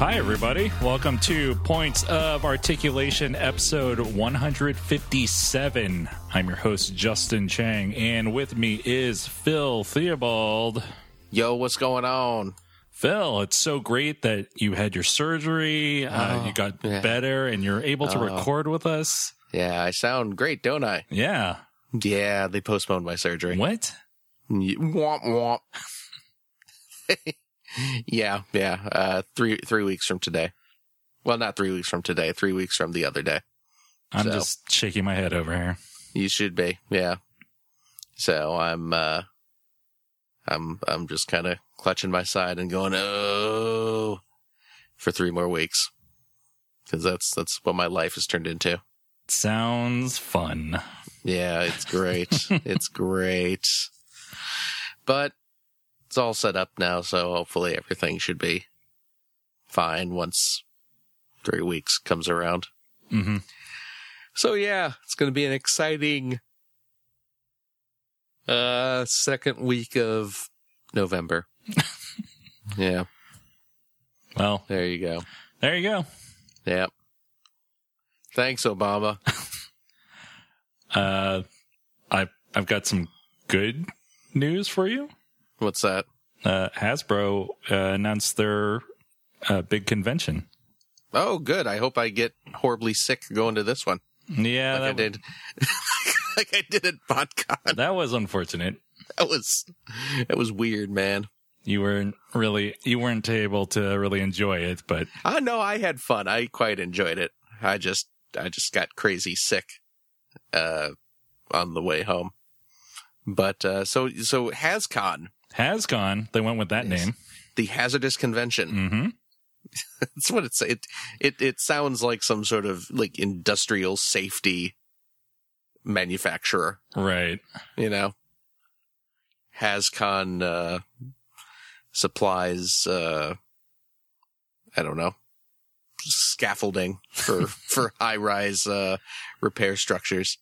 Hi, everybody. Welcome to Points of Articulation, episode 157. I'm your host, Justin Chang, and with me is Phil Theobald. Yo, what's going on? Phil, it's so great that you had your surgery, uh, Oh, you got yeah. better, and you're able to Oh. record with us. Yeah, I sound great, don't I? Yeah. Yeah, they postponed my surgery. What? Y- Womp womp. yeah, yeah. Uh, three three weeks from today. Well, not three weeks from today. Three weeks from the other day. I'm So. just shaking my head over here. You should be. Yeah. So I'm. uh I'm. I'm just kind of clutching my side and going oh for three more weeks because that's that's what my life has turned into. Sounds fun. Yeah, it's great. it's great. But it's all set up now, so hopefully everything should be fine once three weeks comes around. hmm So yeah, it's going to be an exciting uh second week of November. yeah, Well, there you go. there you go. Yeah. Thanks Obama. Uh, I've, I've got some good news for you. What's that? uh, Hasbro uh, announced their uh, big convention. Oh, good. I hope I get horribly sick going to this one. Yeah, like I that, did, like I did at PodCon. that was unfortunate. That was that was weird, man. You weren't really you weren't able to really enjoy it, but I know I had fun. I quite enjoyed it. I just I just got crazy sick uh, on the way home. But uh, so so HasCon, HasCon they went with that Yes. name. the hazardous convention. hmm That's what it's it it it sounds like some sort of like industrial safety manufacturer. Right. you know hascon uh supplies uh i don't know scaffolding for for high rise uh repair structures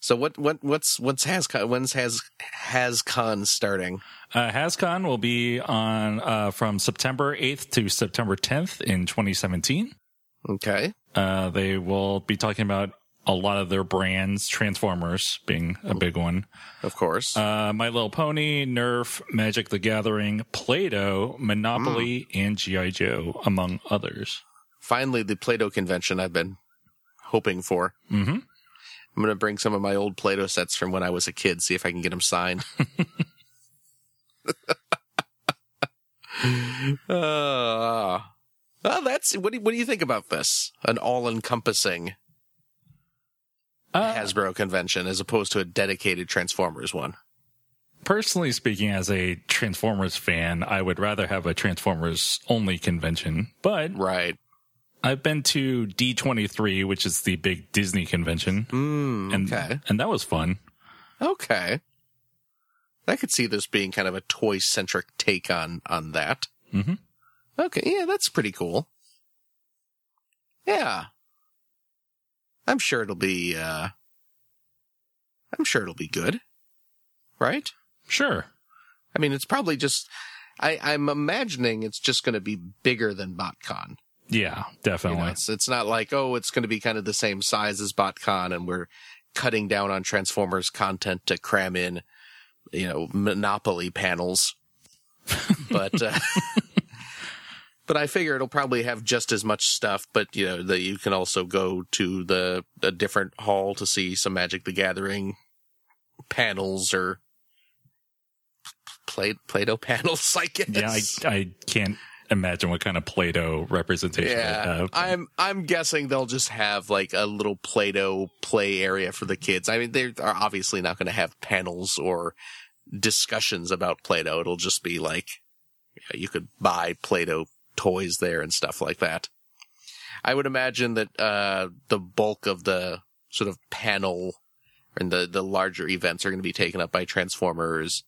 so what what what's what's hascon when's has hascon starting Uh, HasCon will be on uh, from September 8th to September 10th in 2017. okay Uh, they will be talking about a lot of their brands, Transformers being a big one. of course Uh, My Little Pony, Nerf, Magic the Gathering, Play Doh, Monopoly, and G.I. Joe, among others. finally the play-doh convention i've been hoping for hmm i'm gonna bring some of my old play-doh sets from when i was a kid see if i can get them signed Uh, well, that's what do, what do you think about this? An all-encompassing Uh, Hasbro convention as opposed to a dedicated Transformers one. personally speaking, as a Transformers fan, I would rather have a Transformers only convention, but Right. I've been to D23, which is the big Disney convention, Mm, and, okay. and that was fun. Okay. I could see this being kind of a toy-centric take on on that. Mhm. Okay, yeah, that's pretty cool. Yeah. I'm sure it'll be uh I'm sure it'll be good. Right? Sure. I mean, it's probably just. I, I'm imagining it's just going to be bigger than BotCon. Yeah, You definitely. know, it's, it's not like, oh, it's going to be kind of the same size as BotCon and we're cutting down on Transformers content to cram in, you know, Monopoly panels. but, uh, but I figure it'll probably have just as much stuff, but you know, that you can also go to the, a different hall to see some Magic the Gathering panels or play, Play-Doh panels, I guess. yeah, I, I can't imagine what kind of Play Doh representation they'd Yeah, have. I'm I'm guessing they'll just have like a little Play-Doh play area for the kids. I mean, they are obviously not going to have panels or discussions about Play-Doh. It'll just be like you, know, you could buy Play-Doh toys there and stuff like that. I would imagine that uh, the bulk of the sort of panel and the the larger events are going to be taken up by Transformers,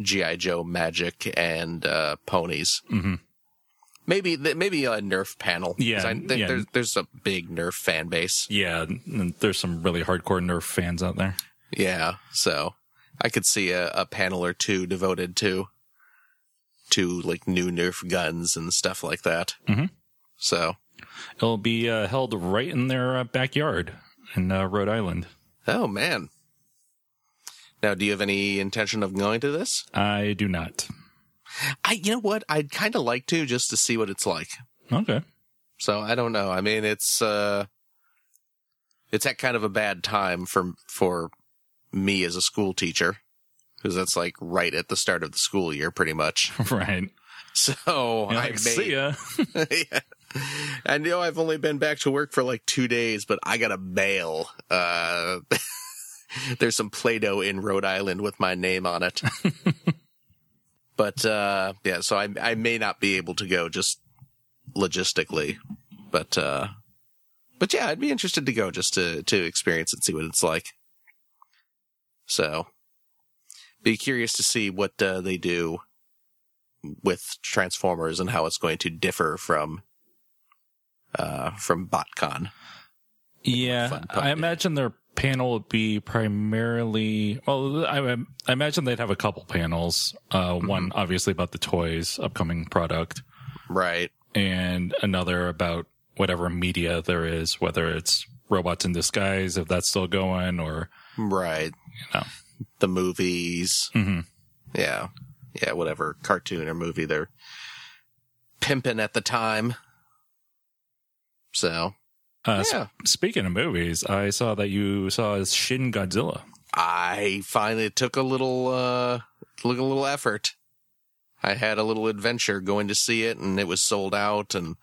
GI Joe, Magic, and uh, ponies. Mhm. Maybe th- maybe a Nerf panel. 'Cause Yeah, I think yeah. There's, there's a big Nerf fan base. Yeah, n- there's some really hardcore Nerf fans out there. Yeah, so I could see a, a panel or two devoted to to like new Nerf guns and stuff like that. Mhm. So, It'll be uh, held right in their uh, backyard in uh, Rhode Island. oh man. Now, do you have any intention of going to this? I do not. I, you know what? I'd kind of like to just to see what it's like. Okay. So I don't know. I mean, it's uh, it's at kind of a bad time for for me as a school teacher because that's like right at the start of the school year, pretty much. right. So You're I like, may- See ya. yeah. I know I've only been back to work for like two days, but I got a mail. Uh, there's some Play-Doh in Rhode Island with my name on it. but uh, yeah, so I I may not be able to go just logistically, but uh, but yeah, I'd be interested to go just to to experience and see what it's like. So, be curious to see what uh, they do with Transformers and how it's going to differ from uh from BotCon. Yeah, fun part, I yeah. imagine their panel would be primarily. Well, I, I imagine they'd have a couple panels. Uh, Mm-hmm. One obviously about the toys, upcoming product, Right. and another about whatever media there is, whether it's robots in disguise, if that's still going, or Right. you know, The movies. Mhm. Yeah. Yeah, whatever cartoon or movie they're pimping at the time. So uh, s- Yeah. speaking of movies, I saw that you saw Shin Godzilla. I finally took a little uh took a little effort. I had a little adventure going to see it and it was sold out and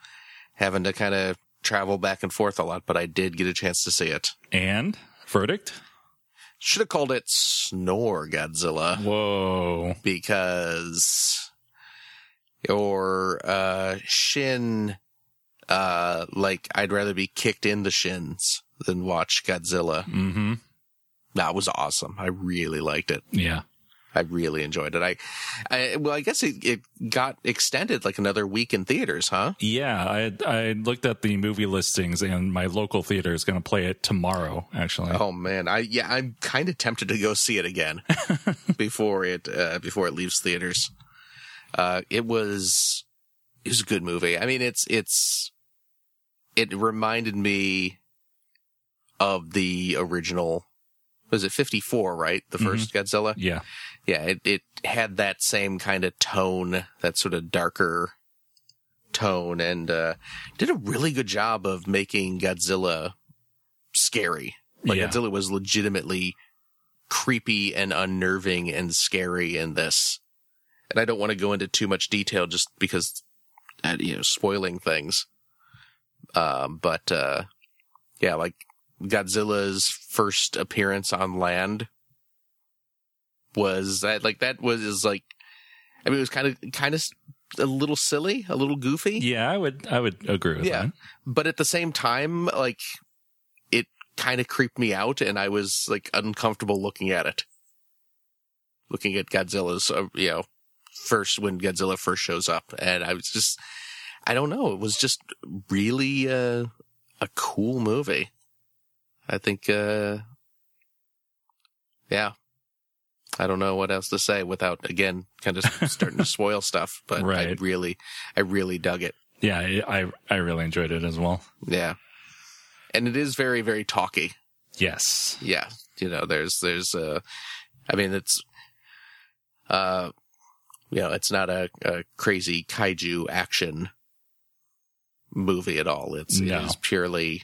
having to kind of travel back and forth a lot, but I did get a chance to see it. And verdict? Should have called it Snore Godzilla Whoa! because or uh shin uh like I'd rather be kicked in the shins than watch Godzilla. Mm-hmm. That was awesome. I really liked it. Yeah. I really enjoyed it. I, I well, I guess it, it got extended like another week in theaters, huh? Yeah, I I looked at the movie listings, and my local theater is going to play it tomorrow. Actually, Oh man, I yeah, I'm kind of tempted to go see it again before it uh, before it leaves theaters. Uh, it was it was a good movie. I mean, it's it's it reminded me of the original. Was it 54? Right, the 1st Godzilla. yeah, yeah, it, it had that same kind of tone, that sort of darker tone, and uh, did a really good job of making Godzilla scary. Like Yeah. Godzilla was legitimately creepy and unnerving and scary in this. And I don't want to go into too much detail just because, uh, you know, spoiling things. Um, but uh, yeah, like Godzilla's first appearance on land was that like that was is like I mean it was kind of kind of a little silly, a little goofy, yeah. I would I would agree with Yeah. that. but at the same time like it kind of creeped me out and I was like uncomfortable looking at it. Looking at Godzilla's uh, you know first when Godzilla first shows up and I was just I don't know, it was just really uh a cool movie. I think uh yeah. I don't know what else to say without again kind of starting to spoil stuff, but I Right. really I really dug it. Yeah, I I- I really enjoyed it as well. Yeah. And it is very very talky. Yes. Yeah. You know, there's there's uh I mean it's uh you know, it's not a, a crazy kaiju action movie at all. It's No. it is purely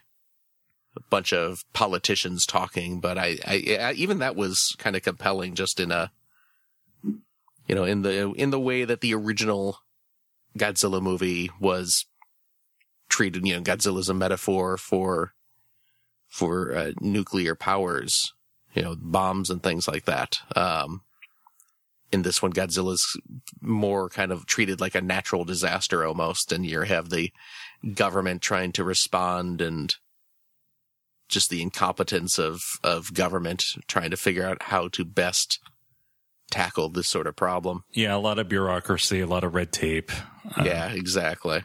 a bunch of politicians talking, but I, I, I even that was kind of compelling just in a you know, in the in the way that the original Godzilla movie was treated, you know, Godzilla's a metaphor for for uh, nuclear powers, you know, bombs and things like that. Um, in this one, Godzilla's more kind of treated like a natural disaster almost, and you have the government trying to respond and just the incompetence of of government trying to figure out how to best tackle this sort of problem. Yeah, a lot of bureaucracy, a lot of red tape. Uh, Yeah, exactly.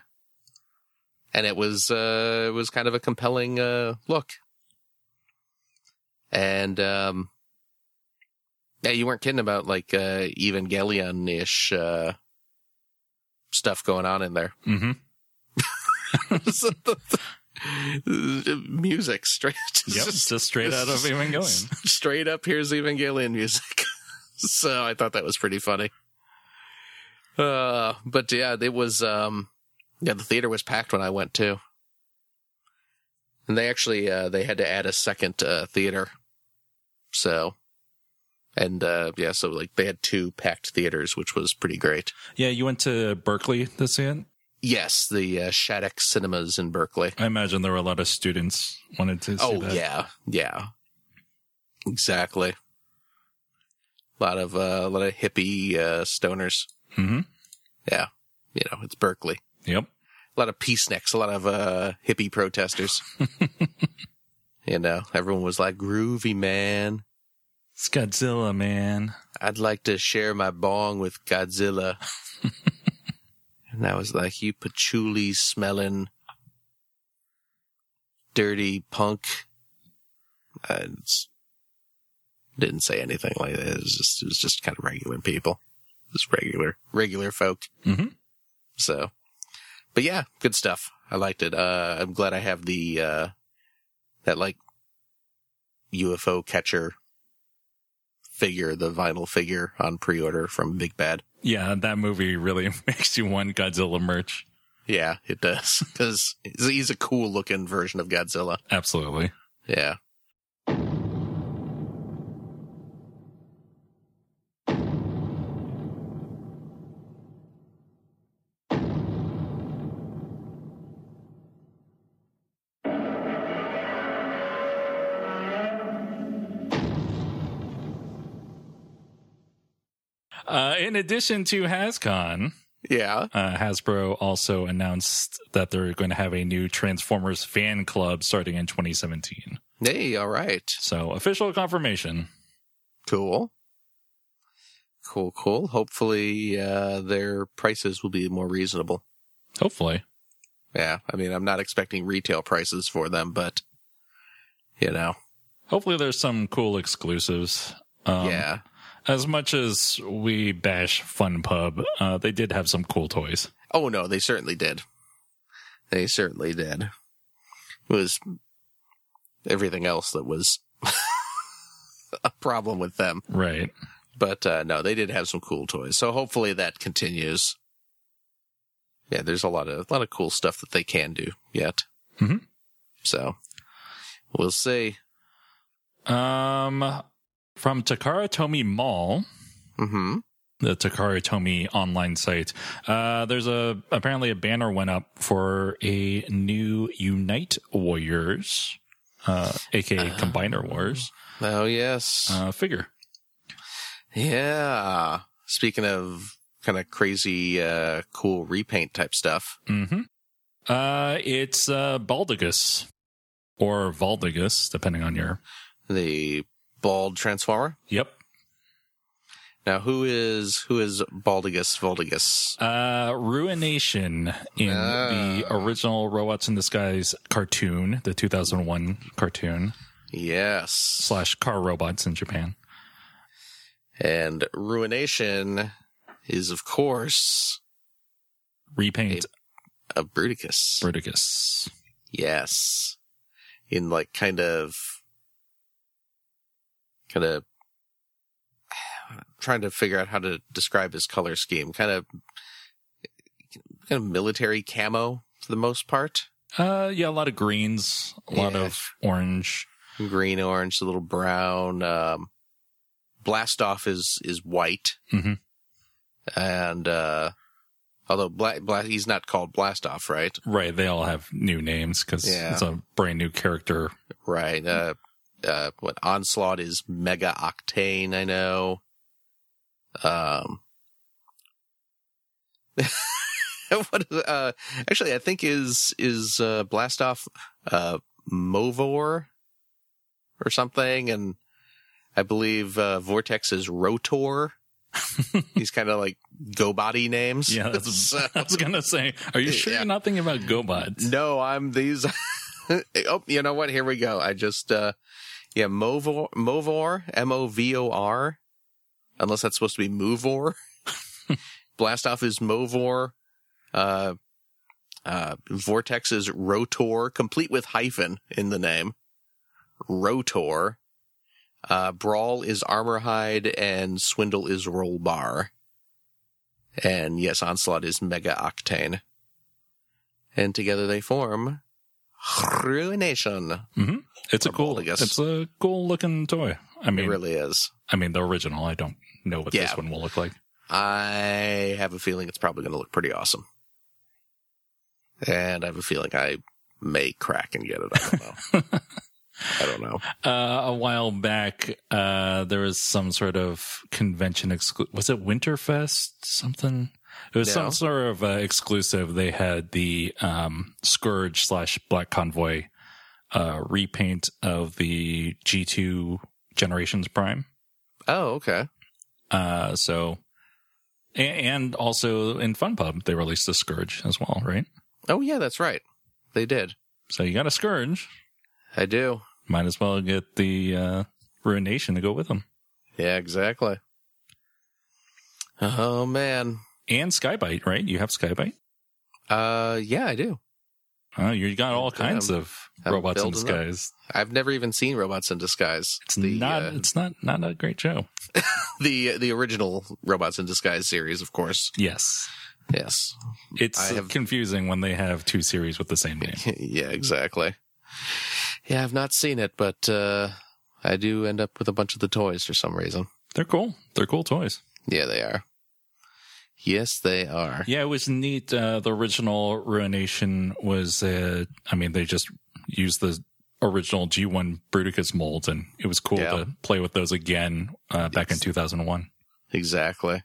And it was uh it was kind of a compelling uh look. And um yeah, you weren't kidding about like uh Evangelion ish uh stuff going on in there. hmm So the- the- music straight, Yep. Just straight out of Evangelion. straight up. Here's Evangelion music. so I thought that was pretty funny. Uh, but yeah, it was. Um, yeah, the theater was packed when I went too, and they actually uh, they had to add a second uh, theater. So, and uh, yeah, so like they had two packed theaters, which was pretty great. Yeah, you went to Berkeley this year. Yes, the uh, Shattuck Cinemas in Berkeley. I imagine there were a lot of students wanted to see Oh that. yeah, yeah, exactly. A lot of uh, a lot of hippie uh, stoners. hmm Yeah, you know it's Berkeley. Yep. A lot of peace necks. A lot of uh, hippie protesters. you know, everyone was like groovy, man. It's Godzilla, man. I'd like to share my bong with Godzilla. and I was like, you patchouli smelling dirty punk. I s- didn't say anything like that. It was just, it was just kind of regular people, just regular, regular folk. Mhm. So, but yeah, good stuff. I liked it. Uh, I'm glad I have the, uh, that like UFO catcher figure, the vinyl figure on pre-order from Big Bad. Yeah, that movie really makes you want Godzilla merch. Yeah, it does because he's a cool looking version of Godzilla. Absolutely. Yeah. Uh, in addition to HasCon, Yeah. uh, Hasbro also announced that they're going to have a new Transformers fan club starting in 2017. Hey, all right. So official confirmation. Cool. Cool, cool. Hopefully, uh, their prices will be more reasonable. Hopefully. Yeah. I mean, I'm not expecting retail prices for them, but you know, Hopefully there's some cool exclusives. Um, yeah. As much as we bash Fun Pub, uh, they did have some cool toys. Oh no, they certainly did. They certainly did. It was everything else that was a problem with them. Right. But uh, no, they did have some cool toys. So hopefully that continues. Yeah, there's a lot of a lot of cool stuff that they can do yet. Mhm. So we'll see. Um, from Takara Tomy Mall, Mm-hmm. the Takara Tomy online site, uh, there's a apparently a banner went up for a new Unite Warriors, uh, aka Combiner Wars Oh yes. uh, figure. yeah. Speaking of kind of crazy, uh, cool repaint type stuff. Mm-hmm. Uh, it's uh, Baldigus or Valdigus, depending on your. the bald transformer. Yep. Now, who is who is Baldigus Voldigus? Uh, Ruination in the Ah. original Robots in Disguise cartoon, the 2001 cartoon Yes, slash Car Robots in Japan. and Ruination is of course Repaint a Bruticus. Bruticus. yes, in like kind of kind of trying to figure out how to describe his color scheme. Kind of kind of military camo for the most part. Uh, yeah, a lot of greens, a lot Yeah. of orange. green, orange, a little brown. Um, blast off is is white, Mhm. and uh, although black, black, he's not called blast off, right? Right, they all have new names because Yeah. it's a brand new character. Right. Mm. Uh, uh, what onslaught is mega octane? I know. Um. what is, uh actually I think is is uh blast off uh Movor or something and I believe uh Vortex is Rotor. These kind of like go body names. Yeah, that's, So- I was gonna say. Are you sure Yeah. you're not thinking about GoBots? no, I'm these. oh, you know what? Here we go. I just, uh, yeah, Movor, Movor, M O V O R, unless that's supposed to be Movor. Blast off is Movor. Uh, uh, Vortex's Rotor, complete with hyphen in the name. Rotor. Uh, Brawl is Armorhide and Swindle is Rollbar. And yes, Onslaught is Mega Octane. And together they form Ruination. hmm It's a Or cool, Baldigus. it's a cool looking toy. I It mean, really is. I mean the original. I don't know what Yeah. this one will look like. I have a feeling it's probably going to look pretty awesome. And I have a feeling I may crack and get it. I don't know. I don't know. Uh, a while back, uh, there was some sort of convention exclu- Was it Winterfest? Something. It was No. some sort of uh, exclusive. They had the um, Scourge slash Black Convoy uh, repaint of the G2 Generations Prime. Oh, okay. Uh, so, a- and also in Fun Pub, they released the Scourge as well, right? Oh, yeah, that's right. They did. So you got a Scourge. I do. Might as well get the uh, Ruination to go with them. Yeah, exactly. Oh man. And Skybite, right? You have Skybite? Uh, yeah, I do. Oh, you got all Yeah, kinds of I'm robots in building up. disguise. I've never even seen Robots in Disguise. It's the not. uh, It's not. Not a great show. the the original Robots in Disguise series, of course. Yes, Yes. it's I have- confusing when they have two series with the same name. yeah, exactly. Yeah, I've not seen it, but uh, I do end up with a bunch of the toys for some reason. They're cool. They're cool toys. Yeah, they are. Yes, they are. Yeah, it was neat. Uh, the original Ruination was. Uh, I mean, they just used the original G1 Bruticus molds, and it was cool Yeah. to play with those again uh, back in 2001. Exactly.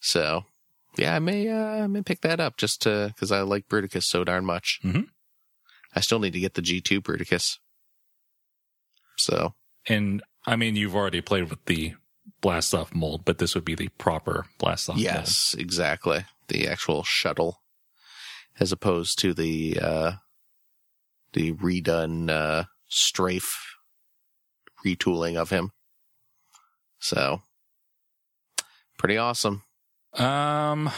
So, yeah, I may uh, I may pick that up just because I like Bruticus so darn much. Mhm. I still need to get the G two Bruticus. So And I mean, you've already played with the blast off mold, but this would be the proper blast off. yes, exactly the actual shuttle, as opposed to the uh, the redone uh, strafe retooling of him. So pretty awesome. Um,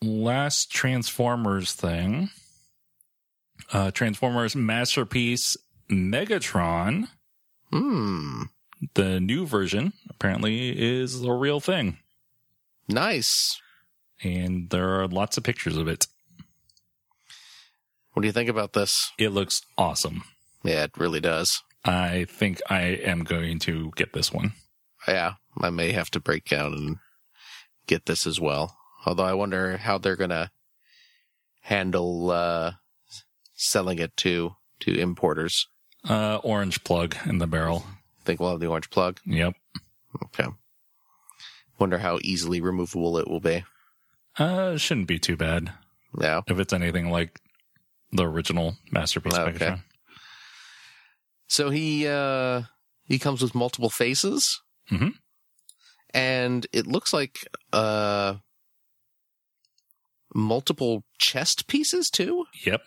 last Transformers thing. Uh, Transformers masterpiece Megatron, Hmm. the new version apparently is the real thing, Nice. and there are lots of pictures of it. What do you think about this? It looks awesome. Yeah, it really does. I think I am going to get this one. Yeah, I may have to break down and get this as well. Although I wonder how they're gonna handle uh, selling it to to importers. Uh, orange plug in the barrel. Think we'll have the orange plug. Yep. Okay. Wonder how easily removable it will be. Uh, shouldn't be too bad Yeah. if it's anything like the original masterpiece Okay. Megatron. So he uh, he comes with multiple faces, Mhm. and it looks like uh, multiple chest pieces too. Yep.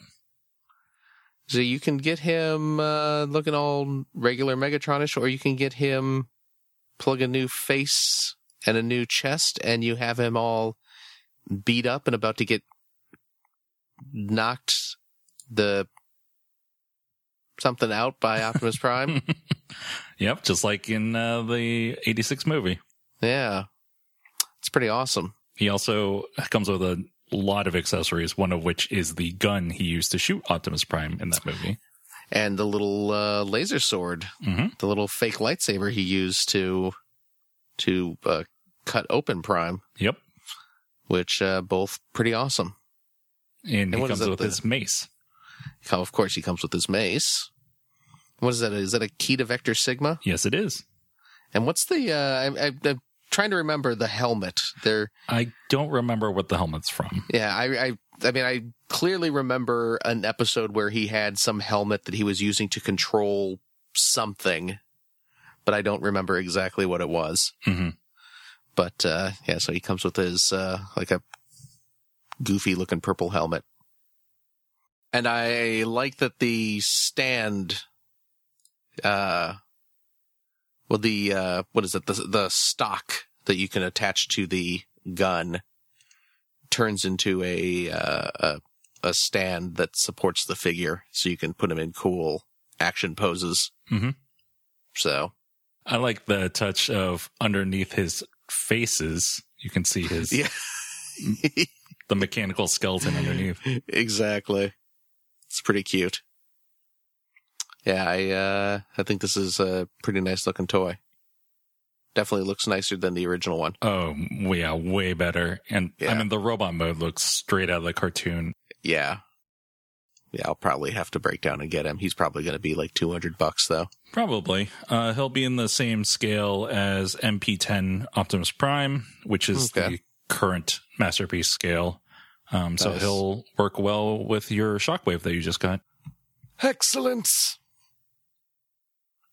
So you can get him uh, looking all regular Megatronish, or you can get him plug a new face and a new chest, and you have him all beat up and about to get knocked the something out by Optimus Prime. Yep, just like in uh, the 86 movie. yeah, it's pretty awesome. He also comes with a lot of accessories, one of which is the gun he used to shoot Optimus Prime in that movie. And the little uh, laser sword, hmm the little fake lightsaber he used to to uh, cut open Prime, Yep. which uh, both pretty awesome. And, he what is comes it, with the- his mace. Come- Of course, he comes with his mace. What is that? Is that a key to Vector Sigma? Yes, it is. And what's the? Uh, I, I, I'm trying to remember the helmet. There, I don't remember what the helmet's from. yeah. I, I, I mean, I clearly remember an episode where he had some helmet that he was using to control something, but I don't remember exactly what it was. hmm But uh, yeah, so he comes with his uh, like a goofy looking purple helmet, and I like that the stand. Uh, well, the uh, what is it? The the stock that you can attach to the gun turns into a, uh, a a stand that supports the figure, so you can put him in cool action poses. Mhm. So I like the touch of underneath his faces. You can see his Yeah. the mechanical skeleton underneath. exactly, it's pretty cute. Yeah, I uh, I think this is a pretty nice looking toy. Definitely looks nicer than the original one. Oh yeah, way better. And I Yeah. mean the robot mode looks straight out of the cartoon. Yeah. Yeah, I'll probably have to break down and get him. He's probably going to be like 200 bucks though. Probably. Uh, he'll be in the same scale as MP10 Optimus Prime, which is Okay. the current masterpiece scale. Um, so Nice. he'll work well with your shockwave that you just got. Excellence.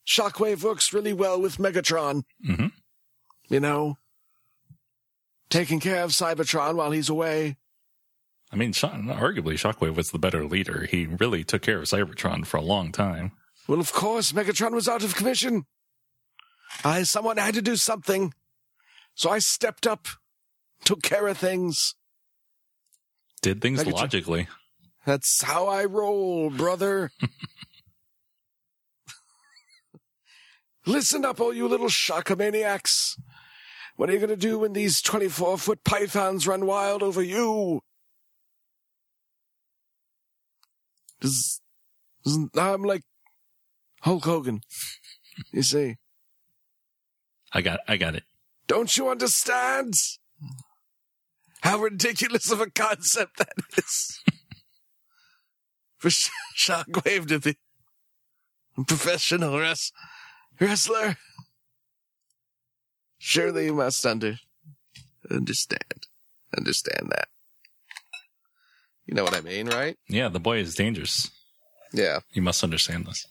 Shockwave works really well with Megatron, hmm you know. Taking care of Cybertron while he's away. I mean, Sho- arguably, Shockwave was the better leader. He really took care of Cybertron for a long time. Well, of course, Megatron was out of commission. I someone had to do something. So I stepped up, took care of things. Did things Megatron- logically. That's how I roll, brother. Listen up, all you little shockamaniacs. What are you going to do when these 24 foot pythons run wild over you? Zzz, zzz, I'm like Hulk Hogan. You see, I got, I got it. don't you understand how ridiculous of a concept that is? for Sh- Shockwave to be a professional wres- wrestler. Surely you must under- understand. Understand that. You know what I mean, right? Yeah, the boy is dangerous. Yeah. You must understand this.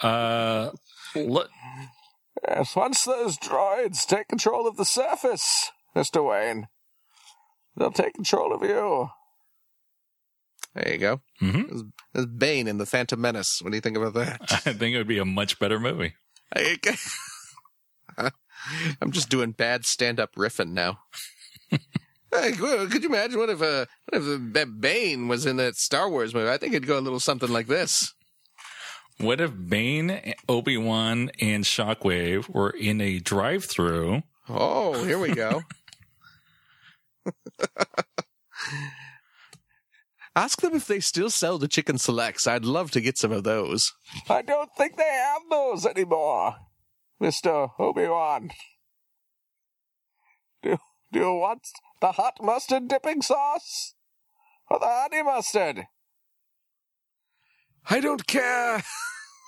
Uh, let, Yes, once those droids take control of the surface, Mr. Wayne, they'll take control of you. There you go. hmm There's Bane in The Phantom Menace. What do you think about that? I think it would be a much better movie. I- I'm just doing bad stand-up riffing now. Like, well, could you imagine what if uh, what if uh, B- Bane was in that Star Wars movie? I think it'd go a little something like this. What if Bane, Obi Wan, and Shockwave were in a drive-through? Oh, here we go. Ask them if they still sell the chicken selects. I'd love to get some of those. I don't think they have those anymore, Mister Obi Wan. Do Do you want the hot mustard dipping sauce or the honey mustard? I don't care.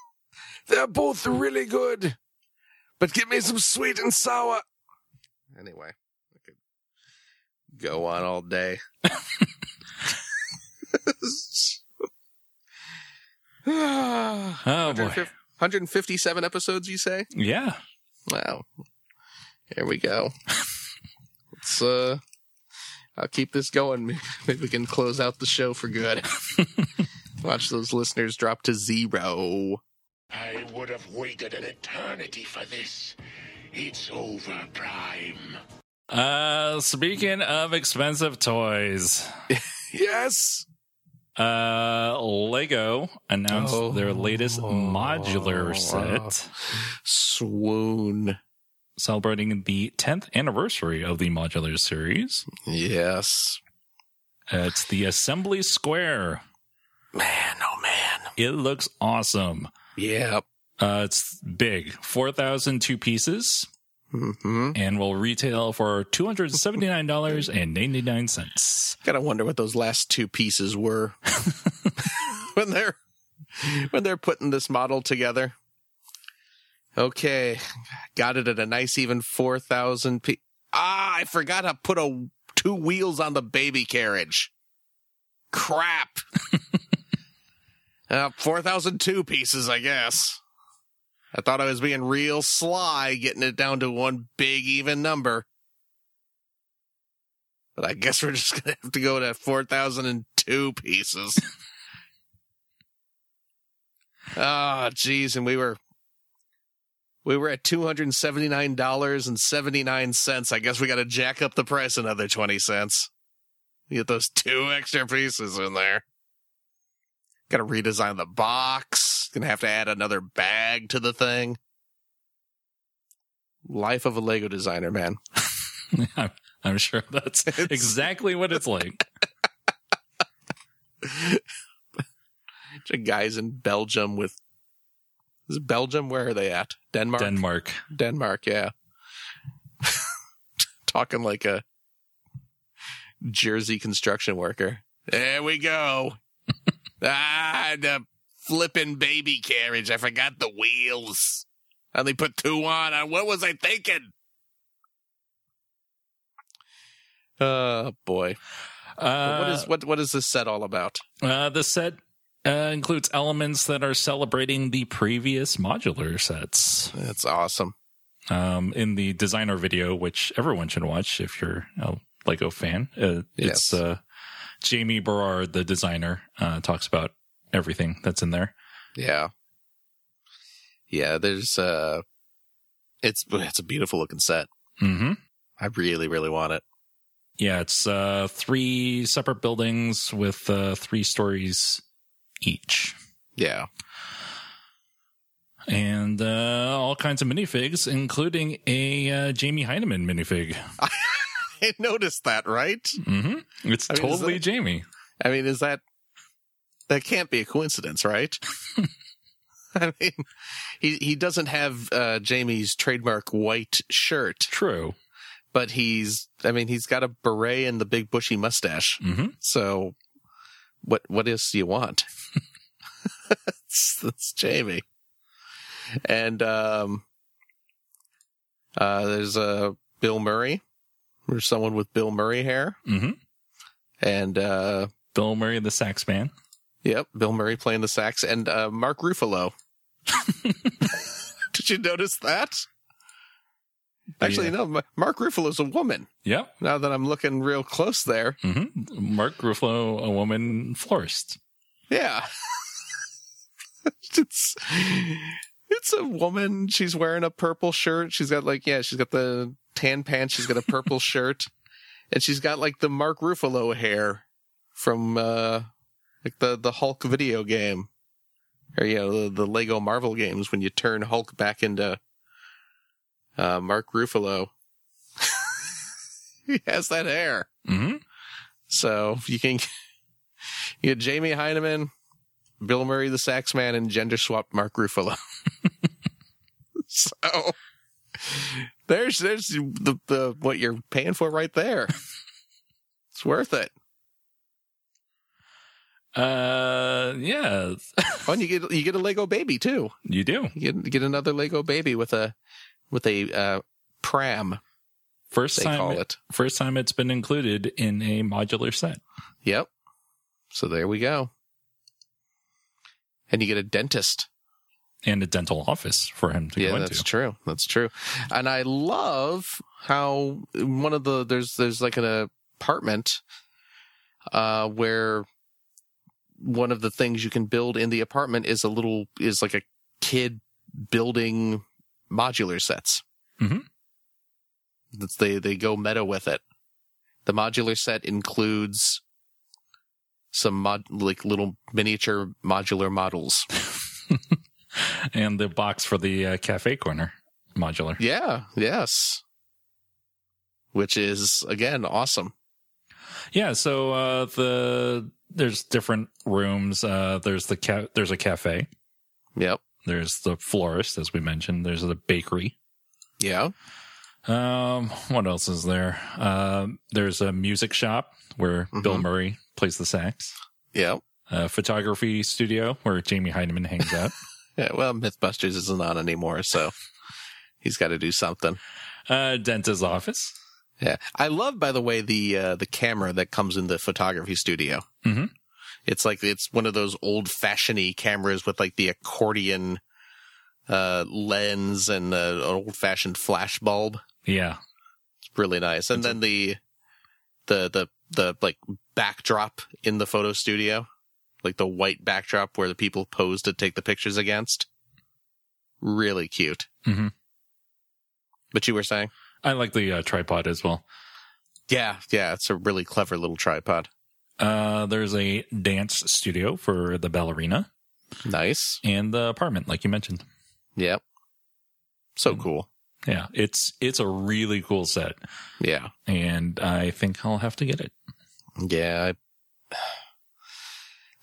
They're both really good, but give me some sweet and sour anyway, I could go on all day. Oh boy, 157 episodes, you say? yeah. Wow. Here we go. Let's, uh, I'll keep this going. Maybe we can close out the show for good. Watch those listeners drop to zero. I would have waited an eternity for this. It's over, Prime. Uh, speaking of expensive toys, Yes. uh, Lego announced Oh. their latest modular set, Swoon. celebrating the 10th anniversary of the modular series. Yes. Uh, it's the Assembly Square. Man, oh man. It looks awesome. Yep. Uh, it's big, 4,002 pieces, Mm-hmm. and will retail for $279.99. Gotta wonder what those last two pieces were when they're when they're putting this model together. Okay, got it at a nice even four thousand p. Ah, I forgot to put a two wheels on the baby carriage. Crap. uh, four thousand two pieces, I guess. I thought I was being real sly, getting it down to one big even number. But I guess we're just gonna have to go to four thousand and two pieces. Ah, jeez, and we were we were at two hundred and seventy nine dollars and seventy nine cents. I guess we got to jack up the price another twenty cents. You get those two extra pieces in there. Got to redesign the box. Gonna have to add another bag to the thing. Life of a Lego designer, man. I'm, I'm sure that's exactly what it's like. Bunch of guys in Belgium with. Is it Belgium? Where are they at? Denmark? Denmark. Denmark, yeah. Talking like a Jersey construction worker. There we go. ah, the flipping baby carriage. I forgot the wheels. I only put two on. Uh, What was I thinking? Oh boy. Uh, what is what what is this set all about? Uh, the set uh, includes elements that are celebrating the previous modular sets. That's awesome. Um, in the designer video, which everyone should watch if you're a Lego fan, uh, Yes. it's uh, Jamie Berard, the designer, uh, talks about everything that's in there. Yeah. Yeah, there's uh it's it's a beautiful looking set. hmm I really, really want it. Yeah, it's uh, three separate buildings with uh, three stories each. Yeah. And uh, all kinds of minifigs, including a uh, Jamie Heineman minifig. I noticed that, right? hmm It's I mean, is totally that- Jamie. I mean, is that that can't be a coincidence, right? I mean, he he doesn't have uh, Jamie's trademark white shirt, True. but he's I mean, he's got a beret and the big bushy mustache. hmm So, what what else do you want? it's, it's Jamie, and um, uh, there's uh, Bill Murray, or someone with Bill Murray hair, hmm and uh, Bill Murray, the sax man. Yep, Bill Murray playing the sax and uh, Mark Ruffalo. Did you notice that? Actually, Yeah. no. Ma- Mark Ruffalo's a woman. Yep. Now that I'm looking real close there, hmm Mark Ruffalo, a woman florist. yeah, it's it's a woman. She's wearing a purple shirt. She's got like yeah, she's got the tan pants. She's got a purple shirt, and she's got like the Mark Ruffalo hair from uh like the the Hulk video game. or you know the, the Lego Marvel games when you turn Hulk back into uh, Mark Ruffalo. he has that hair, hmm so you can you get Jamie Heineman, Bill Murray the sax man, and gender swapped Mark Ruffalo. so there's there's the, the what you're paying for right there. It's worth it. Uh, yeah, Oh, and you get you get a Lego baby too. you do. You get, get another Lego baby with a with a uh, pram. First They time, call it. first time it's been included in a modular set. Yep. So there we go. And you get a dentist. And a dental office for him to go yeah, into. that's true. That's true. And I love how one of the there's there's like an apartment uh where one of the things you can build in the apartment is a little is like a kid building modular sets. Mhm. That's they they go meta with it. The modular set includes some mod like little miniature modular models. And the box for the uh, cafe corner modular. Yeah, yes. Which is again awesome. Yeah. So uh, the there's different rooms. Uh, there's the ca- there's a cafe. Yep. There's the florist, as we mentioned. There's the bakery. Yeah. Um, what else is there? Um, there's a music shop where Bill Mhm. Murray plays the sax, Yep. a photography studio where Jamie Heineman hangs out, Yeah, well, MythBusters isn't on anymore, so he's got to do something. uh, dentist's office. Yeah, I love, by the way, the uh, the camera that comes in the photography studio. Mhm. It's like it's one of those old fashioned cameras with like the accordion uh, lens and uh, an old fashioned flash bulb. Yeah. really nice. And then the the the the like backdrop in the photo studio, like the white backdrop where the people pose to take the pictures against. Really cute. Mhm. But you were saying, I like the uh, tripod as well. Yeah, yeah, it's a really clever little tripod. Uh, there's a dance studio for the ballerina Nice. and the apartment, like you mentioned. Yep. So Mm. cool. Yeah, it's it's a really cool set, Yeah. and I think I'll have to get it. Yeah. I,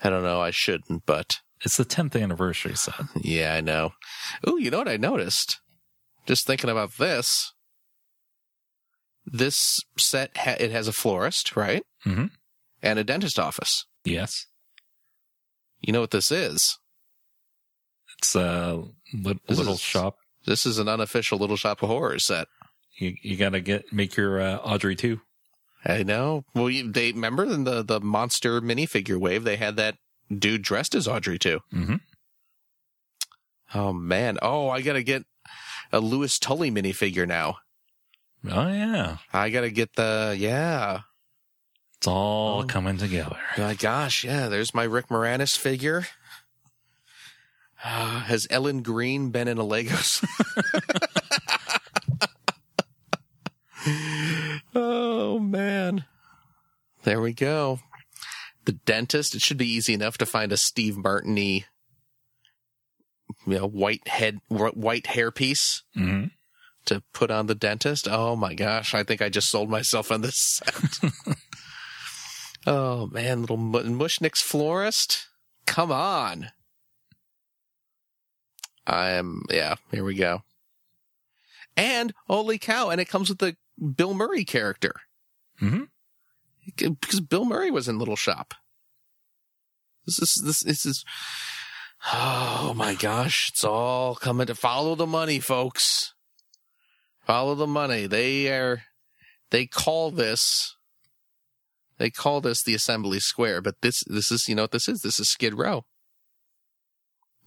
I don't know. I shouldn't, but It's the 10th anniversary set. yeah, I know. Ooh, you know what I noticed? Just thinking about this. This set ha- it has a florist, right? Mhm. And a dentist office. Yes, You know what this is? it's a li- This little is- shop. This is an unofficial Little Shop of Horrors set. You you gotta get make your uh, Audrey too. I know. Well, you, they remember in the the monster minifigure wave they had that dude dressed as Audrey too. Mhm. Oh man! Oh, I gotta get a Lewis Tully minifigure now. Oh yeah, I gotta get the yeah. it's all Oh. coming together. My gosh, yeah. There's my Rick Moranis figure. Uh, has Ellen Green been in a Legos? oh man, there we go. The dentist. It should be easy enough to find a Steve Martini, you know, white head, white hair piece hmm to put on the dentist. Oh my gosh, I think I just sold myself on this set. oh man, little mu- Mushnick's florist. Come on. I'm yeah, here we go. And holy cow, and it comes with the Bill Murray character. Mhm. Because Bill Murray was in Little Shop. This is this this is Oh my gosh, it's all coming to follow the money, folks. Follow the money. They are they call this they call this the assembly square, but this this is you know what this is? This is Skid Row.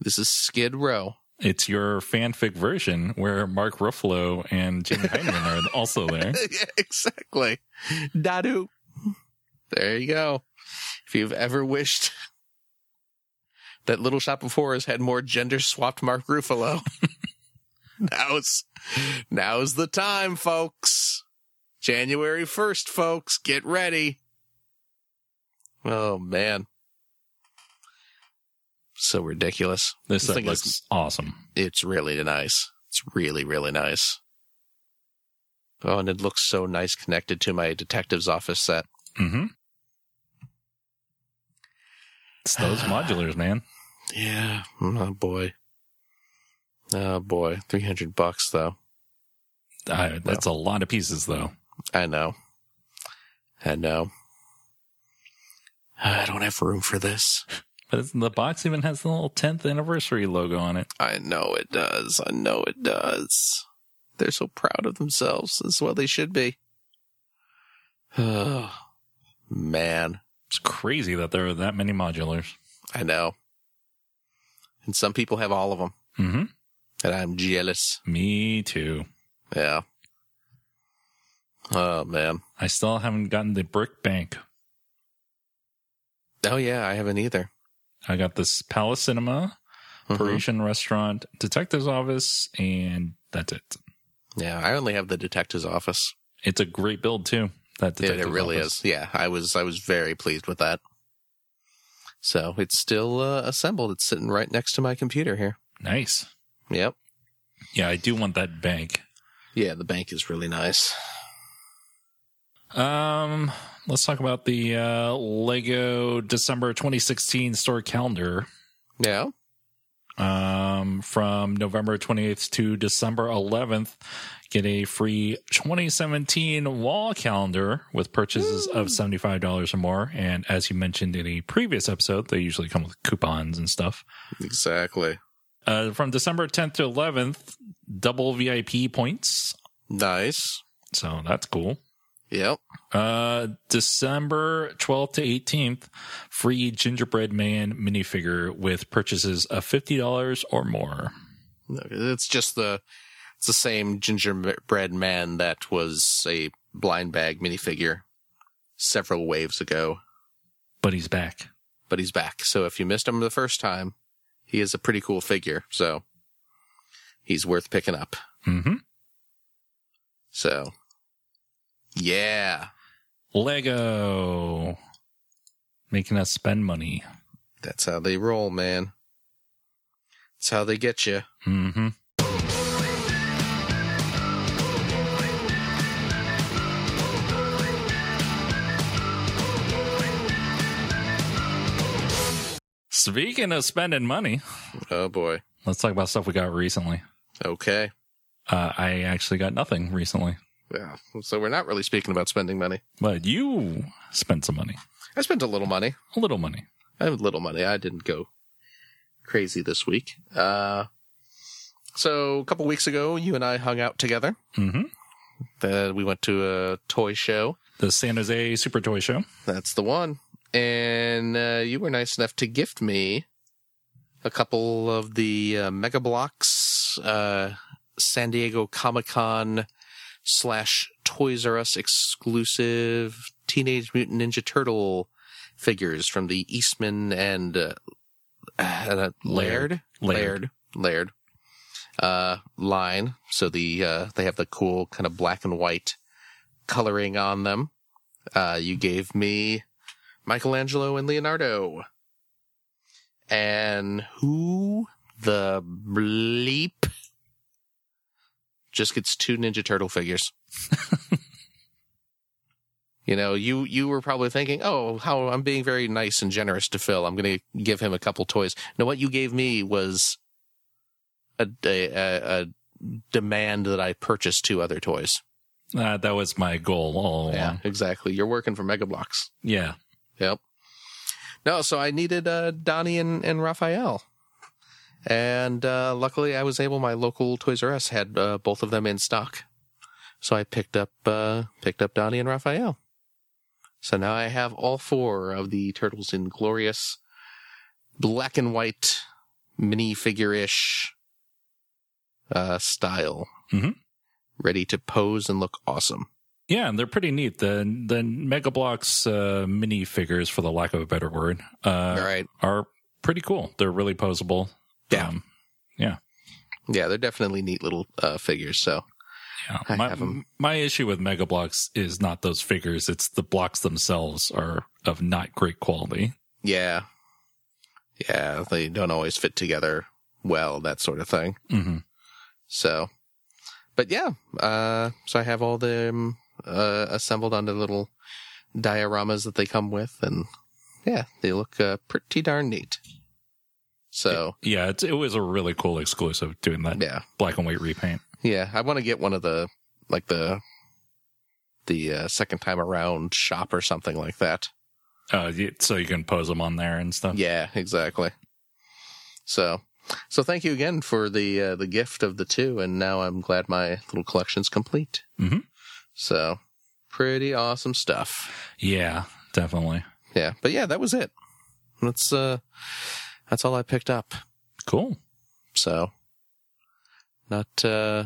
This is Skid Row. It's your fanfic version where Mark Ruffalo and Jimmy Heinlein are also there. yeah, exactly. Dadu. There you go. If you've ever wished that Little Shop of Horrors had more gender swapped Mark Ruffalo, now's now's the time, folks. January first, folks, get ready. Oh man, so ridiculous. This set thing is- looks awesome. It's really nice. It's really, really nice. Oh, and it looks so nice connected to my detective's office set. Mm-hmm. It's those modulars, man. Yeah. Oh boy. Oh boy. Three hundred bucks though. I, that's a lot of pieces, though. I know. I know. I don't have room for this. But it's, the box even has the little 10th anniversary logo on it. I know it does. I know it does. They're so proud of themselves. That's what they should be. Oh man. It's crazy that there are that many modulars. I know. And some people have all of them, Mm-hmm. and I'm jealous. Me too. Yeah. Oh man. I still haven't gotten the brick bank. Oh yeah, I haven't either. I got this Palace Cinema, Mhm. Parisian Restaurant, Detective's Office, and that's it. Yeah, I only have the detective's office. It's a great build too. That Yeah, detective's it really office. is. Yeah, I was I was very pleased with that. So it's still uh, assembled. It's sitting right next to my computer here. nice. Yep. Yeah, I do want that bank. Yeah, the bank is really nice. Um, let's talk about the uh, Lego December 2016 store calendar. Yeah. Um, from November 28th to December 11th, get a free 2017 wall calendar with purchases of $75 or more. And as you mentioned in a previous episode, they usually come with coupons and stuff. Exactly. Uh, from December 10th to 11th, double VIP points. Nice. So that's cool. Yep. Uh, December 12th to 18th, free gingerbread man minifigure with purchases of $50 or more. No, It's just the it's the same gingerbread man that was a blind bag minifigure several waves ago, But he's back. but he's back. So if you missed him the first time, he is a pretty cool figure. So he's worth Mm-hmm. picking up. Mm hmm. So yeah, Lego making us spend money. That's how they roll, man. That's how they get you. Mm-hmm. Speaking of spending money, Oh boy. let's talk about stuff we got recently. Okay. Uh, I actually got nothing recently, Yeah. So we're not really speaking about spending money. but you spent some money, I spent a little money. a little money. I have a little money. I didn't go crazy this week. Uh, so a couple weeks ago, you and I hung out together. Mm-hmm. Then we went to a toy show. The San Jose Super Toy Show. That's the one. And uh, you were nice enough to gift me a couple of the uh, Mega Blocks uh, San Diego Comic Con slash Toys R Us exclusive Teenage Mutant Ninja Turtle figures from the Eastman and uh, uh, Laird. Laird. Laird, Laird, uh, line. So the uh, they have the cool kind of black and white coloring on them. Uh, you gave me Michelangelo and Leonardo, and who the bleep just gets two Ninja Turtle figures. You know, you you were probably thinking, "Oh, how I'm being very nice and generous to Phil. I'm going to give him a couple toys." No, what you gave me was a a, a, a demand that I purchase two other toys. Uh, that was my goal all along. exactly. You're working for Mega Blocks. Yeah. Yep. No, so I needed uh, Donnie and, and Raphael. And uh, luckily, I was able. My local Toys R Us had uh, both of them in stock, so I picked up uh, picked up Donnie and Raphael. So now I have all four of the turtles in glorious black and white minifigure ish uh, style, Mhm. ready to pose and look awesome. Yeah, and they're pretty neat. The the Mega Bloks uh, mini figures, for the lack of a better word, uh, all right. are pretty cool. They're really posable. Yeah. Um, Yeah, they're definitely neat little uh, figures. So yeah. I my, have 'em. my issue with Mega Bloks is not those figures; it's the blocks themselves are of not great quality. Yeah. Yeah, they don't always fit together well, that sort of thing. hmm So, but yeah, uh, so I have all them uh, assembled onto little dioramas that they come with, and yeah, they look uh, pretty darn neat. So, Yeah, it's, it was a really cool exclusive doing that yeah, black and white repaint. yeah, I want to get one of the like the the uh, second time around shop or something like that. Uh, y- so you can pose them on there and stuff. Yeah, exactly. So, so thank you again for the uh, the gift of the two, and now I'm glad my little collection's complete. Mhm. So, pretty awesome stuff. Yeah, definitely. Yeah, but yeah, that was it. That's uh, that's all I picked up. Cool. So, not uh,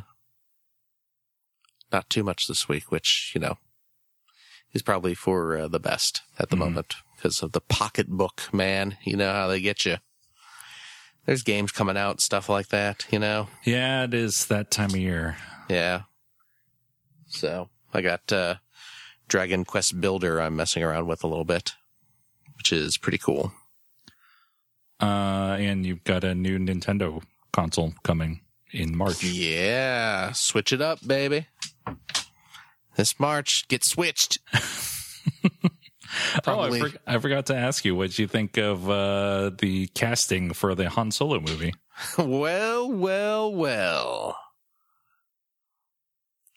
not too much this week, which you know is probably for uh, the best at the Mhm. moment because of the pocketbook, man. You know how they get you. There's games coming out, stuff like that. You know, Yeah, it is that time of year. yeah. So I got uh, Dragon Quest Builder. I'm messing around with a little bit, which is pretty cool. Uh, and you've got a new Nintendo console coming in March. Yeah, switch it up, baby. This March, get switched. Probably. Oh, I, for- I forgot to ask you what you think of uh, the casting for the Han Solo movie. well, well, well.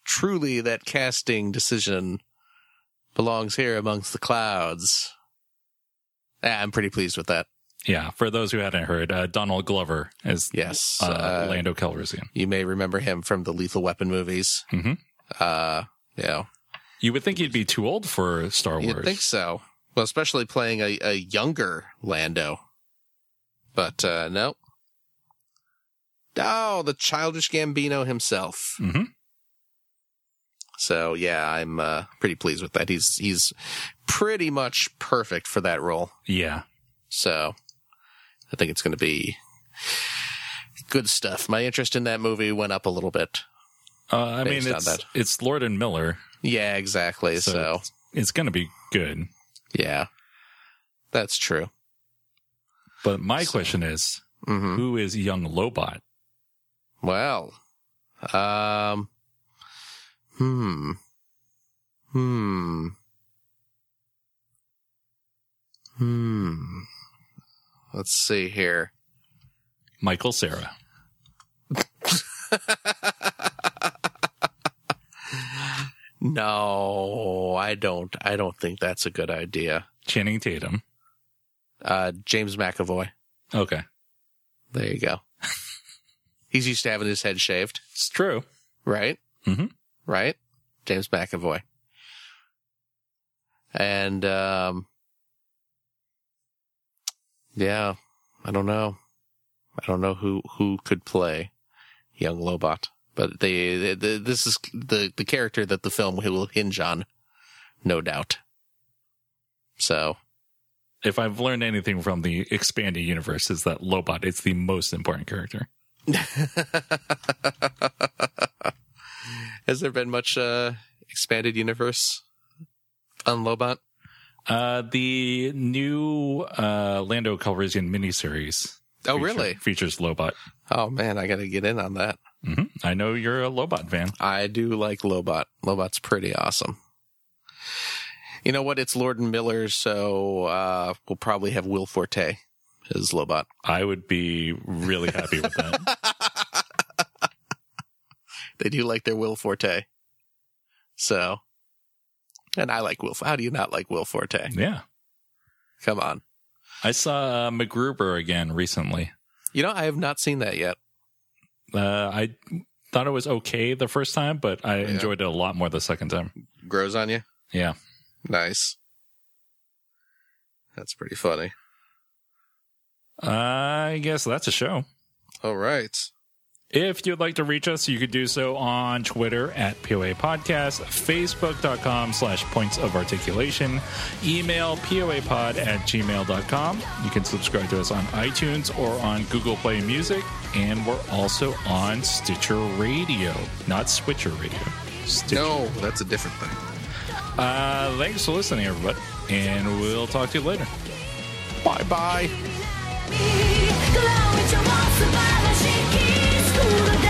Truly, that casting decision belongs here amongst the clouds. Ah, I'm pretty pleased with that. Yeah, for those who hadn't heard, uh, Donald Glover is Yes. uh, uh, Lando Calrissian. you may remember him from the Lethal Weapon movies. Mhm. Uh, yeah. You would think he'd be too old for Star Wars. You'd think so. Well, especially playing a, a younger Lando. But uh no. Oh, the childish Gambino himself. hmm So yeah, I'm uh, pretty pleased with that. He's he's pretty much perfect for that role. Yeah, So I think it's going to be good stuff. My interest in that movie went up a little bit. uh, I Based mean on it's that. it's Lord and Miller, Yeah, exactly. So So, it's going to be good. Yeah, that's true. But my question is, hmm who is young Lobot? Well, um, hmm, hmm, hmm. Let's see here. Michael Sarah. No, I don't. I don't think that's a good idea. Channing Tatum. Uh, James McAvoy. Okay. There you go. He's used to having his head shaved, It's true. right? Mhm. Right? James McAvoy. And, um, yeah, I don't know. I don't know who, who could play young Lobot, but they, they, they- this is the, the character that the film will hinge on, no doubt. So, If I've learned anything from the expanded universe is that Lobot is the most important character. Has there been much uh, expanded universe on Lobot? Uh, the new uh, Lando Calrissian miniseries. Oh, feature- really? Features Lobot. Oh man, I got to get in on that. hmm I know you're a Lobot fan. I do like Lobot. Lobot's pretty awesome. You know what? It's Lord and Miller, so uh, we'll probably have Will Forte as Lobot. I would be really happy with that. They do like their Will Forte. So, and I like Will. How do you not like Will Forte? yeah. Come on. I saw uh, MacGruber again recently. You know, I have not seen that yet. Uh, I thought it was okay the first time, but I Yeah. enjoyed it a lot more the second time. Grows on you. Yeah. Nice. That's pretty funny. I guess that's a show. All right. If you'd like to reach us, you could do so on Twitter at POA Podcast, Facebook.com slash points of articulation, email POApod at gmail.com. You can subscribe to us on iTunes or on Google Play Music, and we're also on Stitcher Radio, not Switcher Radio. Stitcher. No, that's a different thing. Uh, thanks for listening, everybody, and we'll talk to you later. Bye bye. Glow with your warm survival, she keeps cool the